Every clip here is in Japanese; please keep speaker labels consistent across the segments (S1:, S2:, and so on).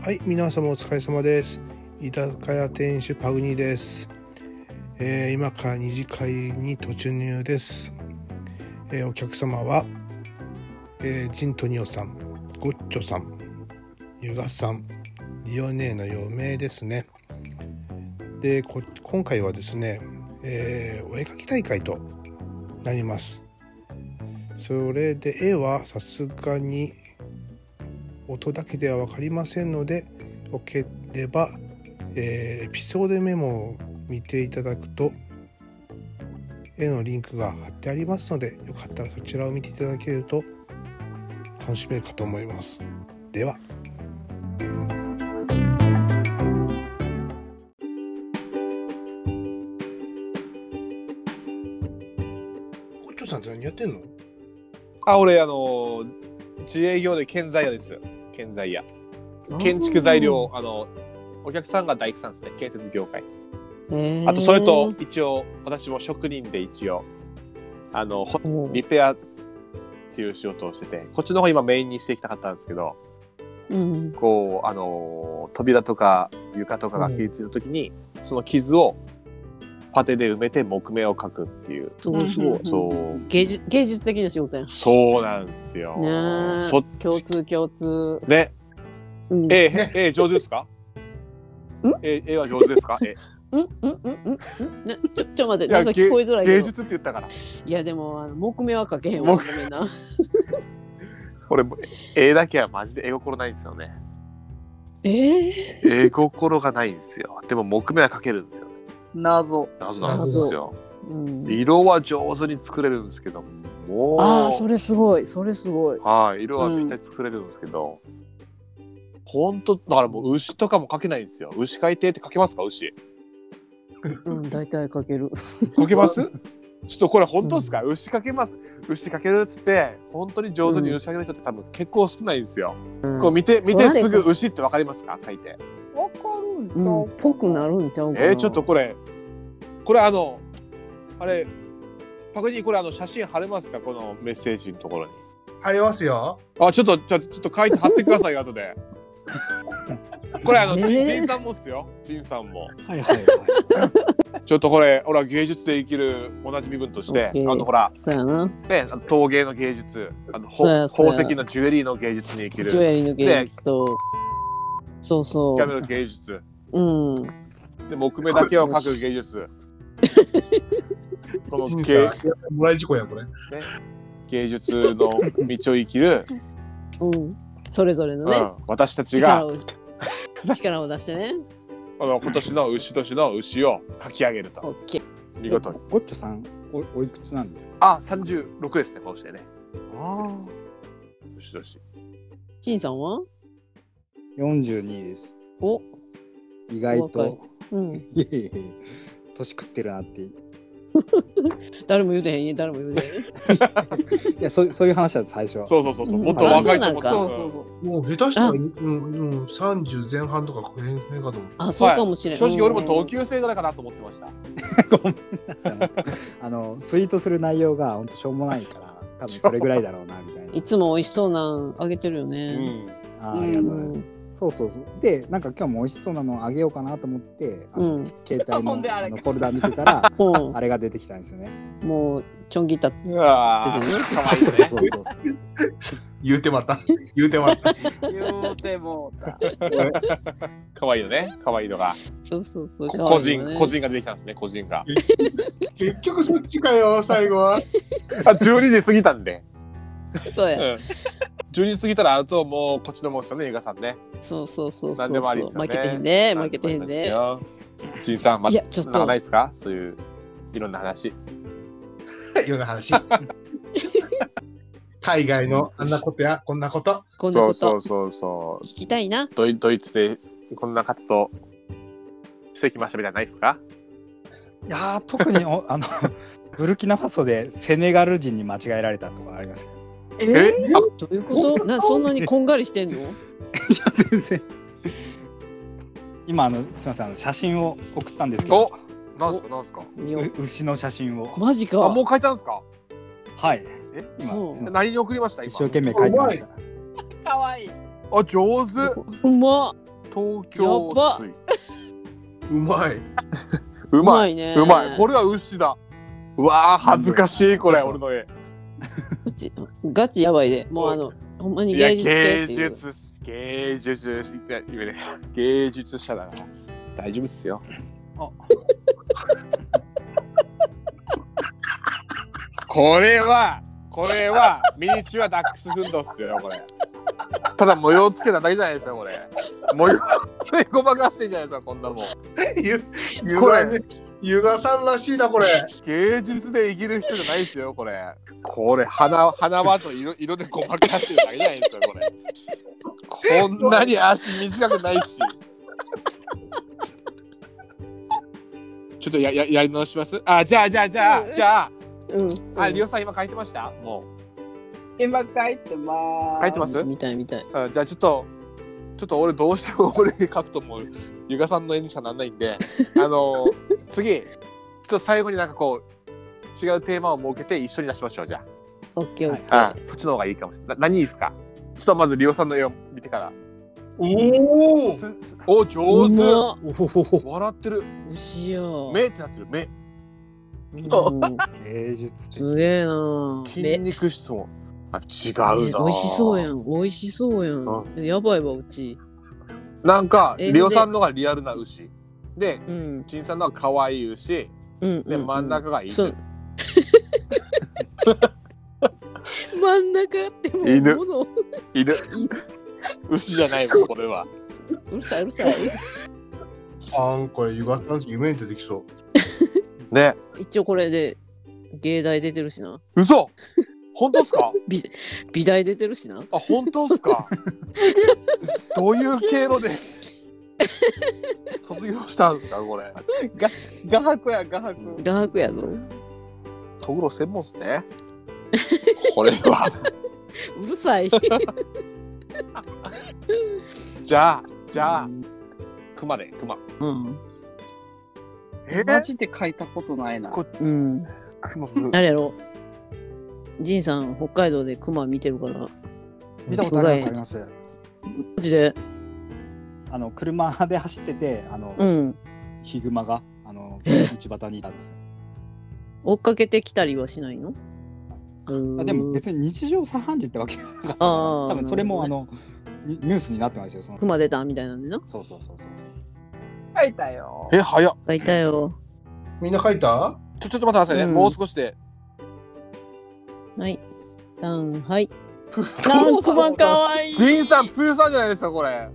S1: はい皆様お疲れ様です居酒屋店主パグニーです、えー今から二次会に突入です、えーお客様は、えージントニオさんゴッチョさんユガさんディオネーの4名ですねでこ今回はですね、えーお絵描き大会となりますそれで絵はさすがに音だけでは分かりませんのでよければ、えーエピソードメモを見ていただくと絵のリンクが貼ってありますのでよかったらそちらを見ていただけると楽しめるかと思いますではおっちょさんって何やってんの
S2: あ、俺、あの、自営業で建材屋です。建材屋。建築材料、あの、お客さんが大工さんですね。建設業界。あと、それと、一応、私も職人で一応、あの、ほ
S3: うん
S2: リペアっていう仕事をしてて、こっちの方今メインにしていきたかったんですけど、
S3: うん
S2: こう、あの、扉とか床とかが傷ついた時に、その傷をパテで埋めて木目を描くっていう、
S3: そうそう、
S2: うそう、
S3: 芸術芸術的な仕事や
S2: そうなんですよ。
S3: ねえ
S2: そっ
S3: 共通共通、
S2: ね、
S3: うん、
S2: ええ、ええ、上手ですか。ええ、えは上手です か。え
S3: うんうんうんうんうんねちょちょ待っ
S2: い
S3: て
S2: や
S3: なんか聞こえづらい
S2: 芸
S3: けど
S2: 術って言ったから。
S3: いやでもあの木目はかけへんわごめん な
S2: 俺も、ええだけはマジで絵心ないんですよね。
S3: ええ
S2: 絵心がないんですよ。でも木目は描けるんですよね。
S4: 謎
S2: 謎なんですよ。
S3: うん、
S2: 色は上手に作れるんですけど、もう。
S3: ああそれすごいそれすごい
S2: はい、色はぴったり作れるんですけど。本当だからもう牛とかも描けないんですよ。牛描いてって描けますか牛。
S3: うん大体かける
S2: 描けます？ ちょっとこれ本当ですか、牛描けます。牛描けるっつって本当に上手に牛描ける人って多分結構少ないんですよ。こう見て、
S3: そ
S2: 見
S3: ら
S2: て
S3: です
S2: ぐ牛ってわかりますか書いて。
S4: わかるん
S3: うんぽくなるんちゃうかな
S2: えー、ちょっとこれ、これあの、あれ、パクニーこれあの写真貼れますかこのメッセージのところに。
S5: ありますよ。
S2: あ、ちょっと、ちょちょっと書いて貼ってください よ、後で。これあの、
S3: え
S2: ジ
S3: ー
S2: ンジンさんもっすよ。ジンさんも。
S1: はいはい はい
S2: ちょっとこれ、ほら、芸術で生きるおなじみ分として、あ
S3: OK
S2: の、ほら、
S3: そうやな
S2: ね、あの陶芸の芸術、あのほ
S3: そうやそうや
S2: 宝石のジュエリーの芸術に生きる、
S3: ジュエリーの芸術と、そうそ
S2: キャメの
S3: う
S2: 芸術、
S3: うん
S2: で、木目だけを描く芸 術。この
S5: 人
S2: 芸
S5: 生もらい事故や、これ。
S2: 芸術の道を生き る、
S3: うんそれぞれの
S2: う
S3: ね、
S2: ん、私たち
S3: 力
S2: が
S3: を 力を出してね
S2: あの今年の牛年の牛を書き上げると
S3: OK
S2: 見事に
S6: ゴッチョさん、おおいくつなんですか
S2: あ36ですねこうしてね
S6: ああ。
S2: 牛年
S3: ちんさんは
S6: 42です。
S3: お
S6: 意外
S3: お若
S6: と、
S3: うん
S6: いえいえいえ年食ってるなって。い
S3: 誰も言うてへん誰も言う てへん
S6: や、そうそういう話だった、最初は。
S2: そうそうそうそう
S3: うん
S2: もっと若いと思っ
S3: あ
S2: た
S3: そ
S4: そうそうそう。
S5: もう下手したら、うん、うん、30前半とか、へん、へんかと思
S3: あそうかもしれん、
S2: 正直俺も同級生ぐらいかなと思ってました
S6: ごめんなさい。あの、ツイートする内容が本当しょうもないから、多分それぐらいだろうな、みたいな。
S3: いつも美味しそうなんあげてるよ
S2: う
S3: ね、
S2: ん
S6: あーありがとう
S3: う
S6: ござい
S3: ん
S6: ます。そうそうそう。で、なんか今日も美味しそうなのをあげようかなと思って、あの
S3: うん
S6: 携帯
S4: ほんで
S6: の
S4: あれ
S6: あのフォルダ見て たら、
S3: うん
S6: あれが出てきたんですよね。
S3: もうちょん切った
S2: うわ
S3: 出
S2: ーか
S3: て
S2: わいいね
S6: そうそうそう。
S5: う。言うてまた。 言うてまた。
S4: 言うてもうた。
S2: かわいいよねかわいいのが、
S3: そうそうそう
S2: こ
S3: 可
S2: 個
S3: 愛いよ
S2: 人
S3: ね
S2: 個人が出てきたんですね個人が
S5: 結局そっちかよ、最後は。
S2: あ12時過ぎたんで、
S3: そう
S2: う
S3: や
S2: ん、12時過ぎたらあともうこっちのもんですよね映画さんね
S3: そうそうそうそう
S2: 何でもありですよね
S3: 負けてへんで負けてへんで
S2: ジンさんま
S3: い
S2: た
S3: やちょっ
S2: な
S3: と
S2: ないですかそういういろんな話
S5: いろんな話。 海外のあんなことや、こんなこと。
S3: こんな
S2: そう
S3: こ
S2: そ
S3: と
S2: うそうそ
S3: 聞きたいな
S2: うドイドイツでこんな方としてきましたみたいなのないですか
S6: いやー特にお あのブルキナファソでセネガル人に間違えられたとかありますよ
S4: え
S2: えあ
S3: どういうことなそんなにこんがりしてんの
S6: いや全然今あのすみませんあの写真を送ったんですけど
S2: なんすかなんすか
S3: 見よう
S6: う牛の写真を
S3: マジ
S2: あ
S3: か
S2: もう書いたんですか
S6: はい
S2: え
S6: 今
S3: そう
S6: すいません
S2: 何に送りました
S6: 一生
S2: 今
S6: 懸命書いてました
S4: かわいい。
S2: あ上手
S3: うまっ
S2: 東京
S3: やば
S2: 水
S5: うまい。
S2: う
S3: う
S2: まい
S3: いね。
S2: うまいこれは牛だうわー恥ずかしいこれ俺の絵
S3: うち、ガチやばいで。もうあの、ほんまに
S2: いや
S3: 芸術系
S2: 芸
S3: っていう。
S2: 術芸術いや言えねえ芸術者だから大丈夫っすよ
S6: あ
S2: これはこれはミニチュアダックスフンドっすよこれただ模様つけただけじゃないですかこれ模様つけごまかしてんじゃないですかこんなもん
S5: ゆ、ゆ
S2: こ
S5: が
S2: れ
S5: ね、ゆがさんらしいな、これ。
S2: 芸術で生きる人じゃないですよ、これ。これ、花花輪と色色でごまかしてるだけじゃないですか、これ。こんなに足短くないし。ちょっとやややり直しますあ、じゃあ、じゃあ、じゃあ、じゃあ、
S3: うん。
S2: あ、リオさん今書いてましたも
S4: 今書いてま
S2: う。
S4: ーす。
S2: 書いてます
S3: みたいみたい。
S2: あじゃあちょっとちょっと俺どうしても俺書くともうゆがさんの絵にしかなんないんであの次ちょっと最後になんかこう違うテーマを設けて一緒に出しましょうじゃ
S3: オッケーオッケー。
S2: あ、そっちの方がいいかもしれないな何いいですかちょっとまずりおさんの絵を見てから
S5: おお。
S6: すす
S2: お上
S3: う
S2: 手
S3: まっ
S6: おほほほ
S2: 笑ってる
S3: 牛よ。
S2: 目ってなってる目
S3: うん
S6: 芸術的
S3: すげえな。
S2: 筋
S3: 目。
S2: 肉質もあ違う
S3: ね
S2: な、
S3: 美味しそうやん。美味しそうやん。やばいわ、うち。
S2: なんか
S3: え
S2: りおさんのがリアルな牛で
S3: うん。
S2: 陳さんのが可愛い牛で
S3: うん。うん
S2: 真ん。中がいい、
S3: そう。真ん中ってもう
S2: 犬
S3: 物う
S2: 犬牛じゃないもんこれは
S3: るさいうるさい
S5: あん、これ、ゆがさん、夢に出てきそう。
S2: ね
S3: 一応これで芸大出てるしな
S2: 嘘本当っすか
S3: 美大出てるしな
S2: あ本当っす かどういう経路で卒業したんですかこれ
S4: 画伯や、画伯。
S3: 画伯やぞ
S2: トグロ専門っす ねこれは
S3: う るさい
S2: じゃあじゃあ熊で熊
S3: うん、
S2: え
S4: マジで書いたことないな。
S2: こ
S3: うん、
S2: 熊
S3: あれやろジンさん北海道でクマ見てるからマ
S6: 見たことありますあります
S3: ジで
S6: あの車で走っててあの、
S3: うん
S6: ヒグマがあの道
S3: え
S6: 端にいたんです
S3: 追っかけてきたりはしないのうん
S6: あでも別に日常茶飯事ってわけじゃなかったから
S3: あー
S6: 多分それも
S3: な
S6: あ
S3: る
S6: のニニュースになってましたよその
S3: クマ出たみたいなんでな
S6: そうそうそうそう
S4: 書いたよ。
S2: え早っ
S3: あいたよ
S5: みんな書いた。
S2: ちょちょっと待ってくださいね、
S3: うん
S2: もう少しで
S3: はいさん はいなんクマかわいい
S2: ジンさんプーさんじゃないですかこれや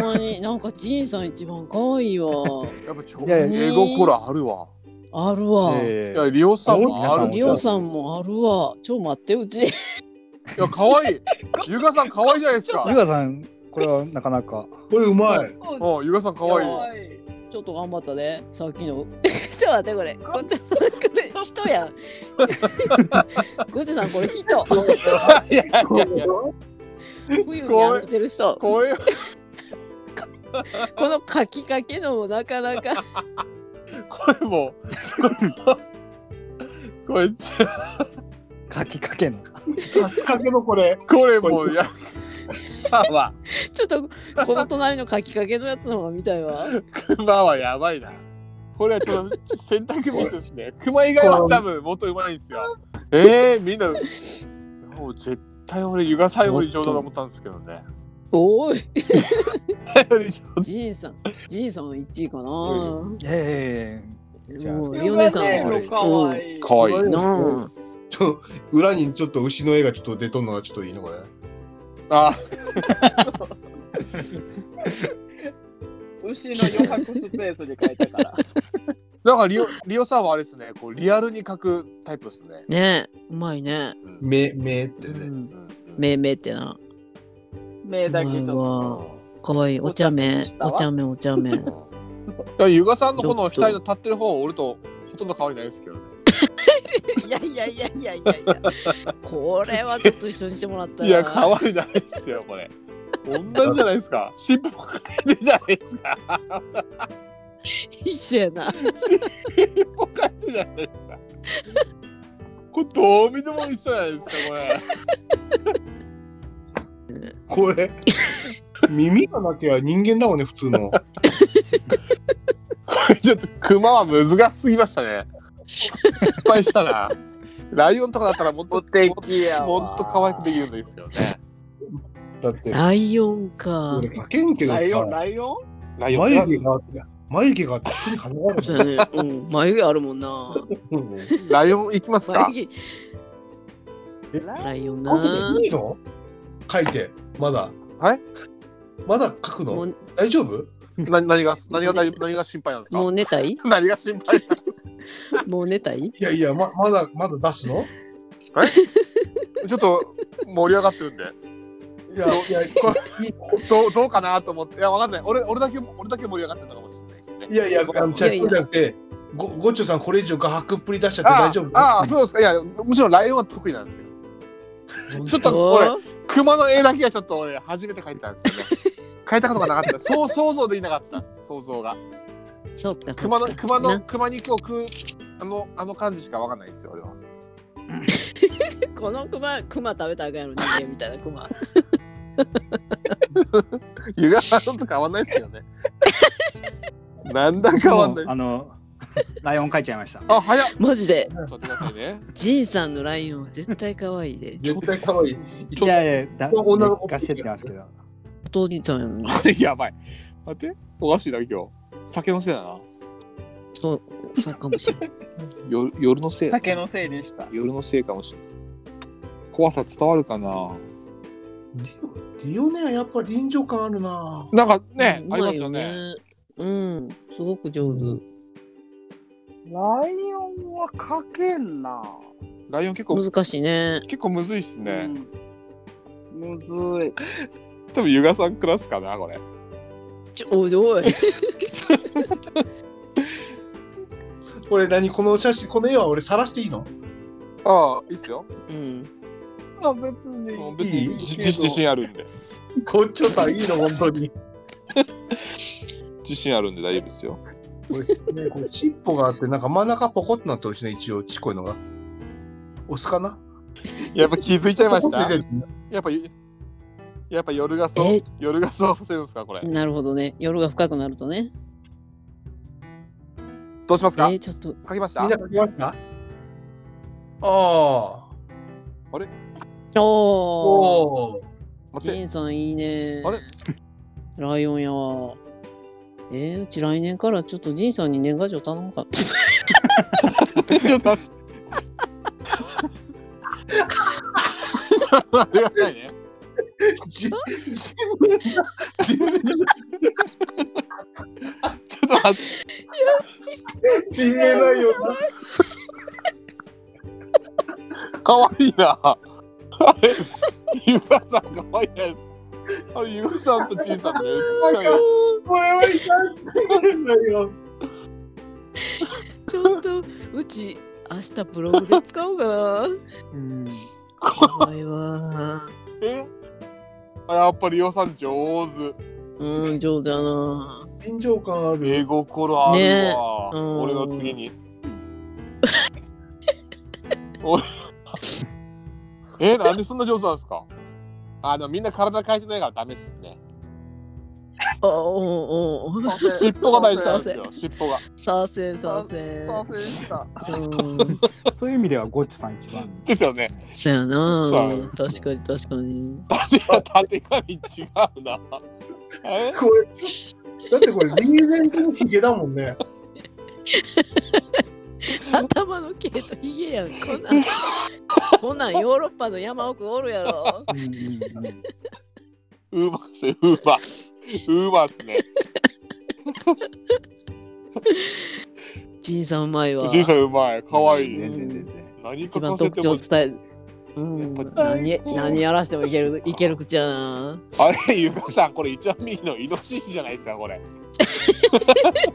S3: ほんまになんかジンさん一番かわいいわ
S2: っぱちょ
S6: いやい
S3: や
S2: 絵心あるわ
S3: あるわ、
S2: い
S6: え
S2: やリオさんもある
S6: え
S3: リオさんもあるわちょ待ってうち
S2: いや、可愛い。ゆかさん可愛いじゃないですか。
S6: ゆがさんこれはなかなか
S5: これ、うまい。
S4: お
S2: うん、ゆかさん可愛い。
S3: や
S4: かわいい。
S3: ちょっと頑張ったね、さっきの。 ちょっと待って、これ。こちょこれ、人やん。ゴチさん、これ人。
S2: いやいやいや、
S3: 冬に歩いてる人。こ
S2: これ、
S3: の書きかけのもなかなか。
S2: これもう。 これ、
S6: かきかけの
S5: かけのこれ。
S2: これもう、や。 まあまあ、
S3: ちょっと、この隣の書きかけのやつの方が見たいわ。
S2: 熊はやばいな。これはちょっと選択ミスです ね。熊以外は多分もっとうまいんですよ。えー、みんな。もう絶対俺、ゆがさんより上手だと思ったんですけど ね。
S3: おい、
S2: より上手
S3: ジンさん。ジンさん1位かな。
S2: う
S6: ええじゃあ
S3: もうリオネさん
S4: ゆがね
S3: は。
S4: えかわい
S2: 可
S4: い。
S2: 愛い。
S3: な
S5: ちょ、裏にちょっと牛の絵がちょっと出とんのがちょっといいの、これ。
S2: あ、
S4: 牛の余白スペースに書いた から。
S2: なんかリオ、リオさんはあれですね。こう、リアルに書くタイプですね
S3: あ。。ねえ、うまいね。
S2: うん
S5: め、めって
S3: う
S5: ね。
S3: ん。
S2: うん
S3: めめってな。
S4: 目だけちょっ
S3: うまい
S4: と。
S3: わかわいい。お茶目。お茶目、お茶目。
S2: いや、ゆがさんのこ
S3: ちょ
S2: の
S3: っと
S2: 額の立ってる方、俺とほとんど変わりないですけどね。
S3: いやいやいやいやいやいや。これはちょっと一緒にしてもらったら。
S2: いや、変わりないですよ、これ。同じじゃないですか。尻尾もかいてるじゃないですか。
S3: 一緒やな。
S2: 尻尾かいてるじゃないですか。これ、どう見ても一緒じゃないですか、こ
S5: こ
S2: れ。
S5: れ。耳がなきゃ人間だもんね、普通の。
S2: これちょっとクマは難しすぎましたね。失敗したな。ライオンとかだったらもっと
S4: お手きやわ
S2: もっと可愛くできるんですよね。
S5: だって、
S3: ライオンか
S5: 俺。かけんけど
S4: ラ
S5: さ
S4: イオン、ライオ
S2: ライオン
S5: 眉毛があって、眉毛があって、普通に金があるじゃ
S3: そう だね。うん。眉毛あるもんな。
S5: ん。
S2: ライオン行きますか。
S3: 眉毛。
S5: え
S3: ライオンな。
S5: 書くのいいの書いて、まだ。
S2: はい
S5: まだ書く
S3: も
S5: の
S3: う
S5: 大丈夫
S2: な何が何が何何が心配なんですか
S3: も。う寝たい
S2: 何が心配。
S3: もう寝たい
S5: いやいや、ままだ、まだ出すの
S2: ちょっと盛り上がってるんで。
S5: いや、いや、い
S2: こどうどうかなと思って。いやわかんない。俺俺だけ俺だけ盛り上がってたかもしれないですね。
S5: いやいや、あの、じゃあ
S3: いやい
S5: こうじゃ
S3: や
S5: なくて、ごごっちょさん、これ以上画伯っぷり出しちゃって
S2: あ
S5: 大丈夫
S2: ああそうですか。いやもちろんライオンは得意なんですよ。 ちょっとこれ
S3: 本
S2: クマの絵だけはちょっと俺初めて描いたんですよ ね。描いたことがなかった。そう想像できなかった。想像が。
S3: 当そうか。
S2: 熊の
S3: そうか
S2: 熊の
S3: な
S2: 熊肉を食うあのあの感じしかわかんないんですよ俺は。
S3: この熊熊食べたらあかんやろ人間みたいな熊。
S2: 湯河原と変わんないですけどね。なんだか変わん
S6: も
S2: な
S6: う
S2: い。
S6: あの、 ライオン書いちゃいました。
S2: あ早っ。
S3: マジで
S2: ちょっと待ってくださいね。
S3: ジンさんのライオンは絶対可愛いで。
S5: 絶対可愛い。
S6: いやいや、だ、
S5: 女の
S6: 劣
S5: 子
S6: 化してってますけど。
S3: お父さんやのに。
S2: やばい。待っておかしいな今日。酒のせいだな。
S3: そうそうかもしれない。
S2: 夜夜のせい
S4: ン
S2: だな
S4: 酒のせいでした。
S2: 夜のせいかもしれない。怖さ伝わるかな。
S5: ディオディオネアやっぱ臨場感あるな
S2: なんかね、
S3: うん
S2: ありますよね。。
S3: うまいうん。すごく上手。
S4: ライオンはかけんな。
S2: ライオン結構
S3: 難しいね。
S2: 結構むずいっすね。
S4: うん。むずい。
S2: 多分湯河さんクラスかなこれ。
S3: ちょおいおい。
S5: 俺何この写真、この絵は俺晒していいの
S2: ああいいっすよ。
S3: うん。
S4: あ、別に。
S2: もう別に
S5: いい
S2: 自自自信あるんで
S5: ごっちょさんいいの本当に。
S2: 自信あるんで大丈夫ですよ。
S5: これね、これ尻尾があって、なんか真ん中ポコッとなってるしね、一応、ちっこいのが。オスかな
S2: やっぱ気づいちゃいまし
S5: ポコッ
S2: た
S5: と。出てる
S2: やっぱゆやっぱ夜がそう
S3: え
S2: 夜がそうさせるんですかこれ。
S3: なるほどね。夜が深くなるとね。
S2: どうします
S3: え
S2: か。
S3: ー、ちょっと。
S2: 書きました
S5: みん。な書きましたああ。
S3: おお。
S5: おお。
S2: 待って
S3: ジンさんいいね。
S2: あれ
S3: ライオンやわ。えー、うち来年からちょっとジンさんに年賀状頼むか。
S2: ちょっと待ってありがたいね。
S5: じ自分が、自分が、
S2: ちょっと待って
S5: 自分がよ。
S2: 可愛いな。あれゆかさん可愛いね。あれゆかさんとちいさんめっちゃいい
S5: これは痛いんだよ。
S3: ちょっと、うち、明日ブログで使おうか
S6: うん。
S3: な。怖いわ。
S2: えあやっぱりりおさん上手。
S3: うん、上手だな。
S5: 臨場感あ
S2: 絵
S5: る。
S2: 心あるわ、
S3: ねうん
S2: 俺の次に俺 えなんでそんな上手なんですかあでもみんな体変えてないからダメっすね
S3: あ、おんお ん。
S2: 尻尾が大事なん
S4: だ。
S2: ですよ尻尾が
S3: させんさせん。
S4: 賛成した。
S3: うん。
S6: そういう意味では、ゴッチョさん一番。
S2: ですよね
S3: そやな
S2: そうなん。
S3: 確かに確かに。
S2: 縦髪違うなえ
S5: これ、だってこれ、リーゼントのヒゲだもんね。
S3: 頭の毛とヒゲやん。こんなん。こんなんヨーロッパの山奥おるやろ。
S6: うんうんうん。
S2: ウーバーっすねウーバーウーバーっすね
S3: ジンさんうまいわ。
S2: ジュさんうまいかわいい
S3: うん
S6: 全然全然。
S2: 何か
S3: 一番
S2: 乗せ
S3: 特
S2: て
S3: 徴
S2: も
S3: を伝える。うん、何何やらしてもいけるいける口やな。
S2: あれゆかさんこれ一番右のイノシシじゃないですかこれ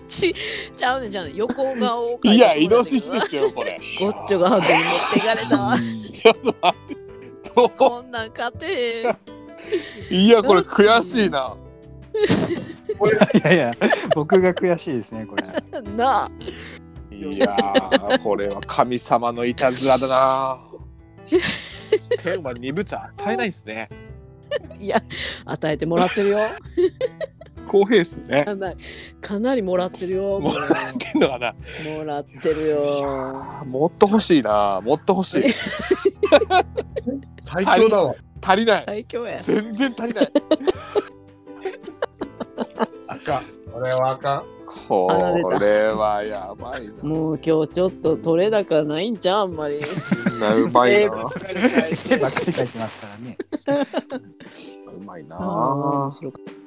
S3: ちちゃうねんちゃうねん横顔を描
S2: い
S3: いた
S2: や
S3: とこ
S2: イ
S3: ろ
S2: ノ
S3: んけ
S2: シ
S3: ど
S2: シ
S3: な
S2: ですよこれ
S3: ゴッチョがハグに持っていかれた わ。
S2: ちょっと待って。ど
S3: こんなん勝てへん。
S2: ういや、これ悔しいな。
S6: いやいや、僕が悔しいですね、これ。
S3: なあ。
S2: いやー、これは神様のいたずらだな。天は二物与えないですね。
S3: いや、与えてもらってるよ。
S2: 公平っすね。
S3: かなりかなりもらってるよ。
S2: も
S3: こ
S2: らってんのかな
S3: れもらってるよ。
S2: もっと欲しいな。もっと欲しい。
S5: 最強だわ。
S2: 足りない。
S3: 最強や。
S2: 全然足りない。
S5: あかん。これはあかん。
S2: これはやばいな。
S3: もう今日ちょっと取れ高ないんじゃん、あんまり。
S2: みんなうまいな。
S4: ば
S2: う
S4: っかり書いて
S6: ばっかり書いてますからね。
S2: まいな。
S3: ああー、面白かった。